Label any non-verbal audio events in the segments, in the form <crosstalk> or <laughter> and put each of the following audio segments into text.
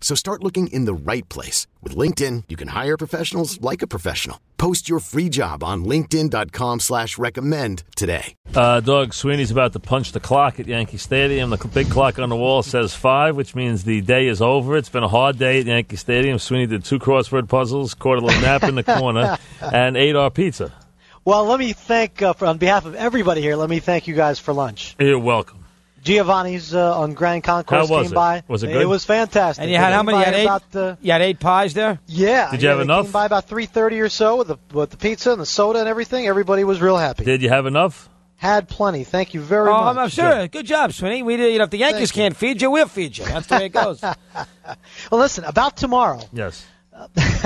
So start looking in the right place. With LinkedIn, you can hire professionals like a professional. Post your free job on linkedin.com slash recommend today. Uh, Doug Sweeney's about to punch the clock at Yankee Stadium. The big clock on the wall says five, which means the day is over. It's been a hard day at Yankee Stadium. Sweeney did two crossword puzzles, caught a little nap in the corner, and ate our pizza. Well, let me thank, uh, for, on behalf of everybody here, let me thank you guys for lunch. You're welcome. Giovanni's uh, on Grand Concourse How was came it? by. Was it good? It was fantastic. And you had It how came many? You by had eight. About, uh, you had eight pies there. yeah. Did you yeah, have they enough? Came by about 3.30 or so with the, with the pizza and the soda and everything. Everybody was real happy. Did you have enough? Had plenty. Thank you very Oh, much. I'm, I'm sure. Good job, Sweeney. We did. You know, if the Yankees can't feed you, we'll feed you. That's the way <laughs> it goes. Well, listen, about tomorrow. Yes.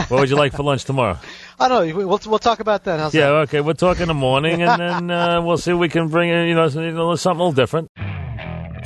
what would you like for lunch tomorrow? I don't know. we- We'll, we'll talk about that. How's that? Yeah, okay. We'll talk in the morning, and then uh, we'll see if we can bring in, you know, something a little different.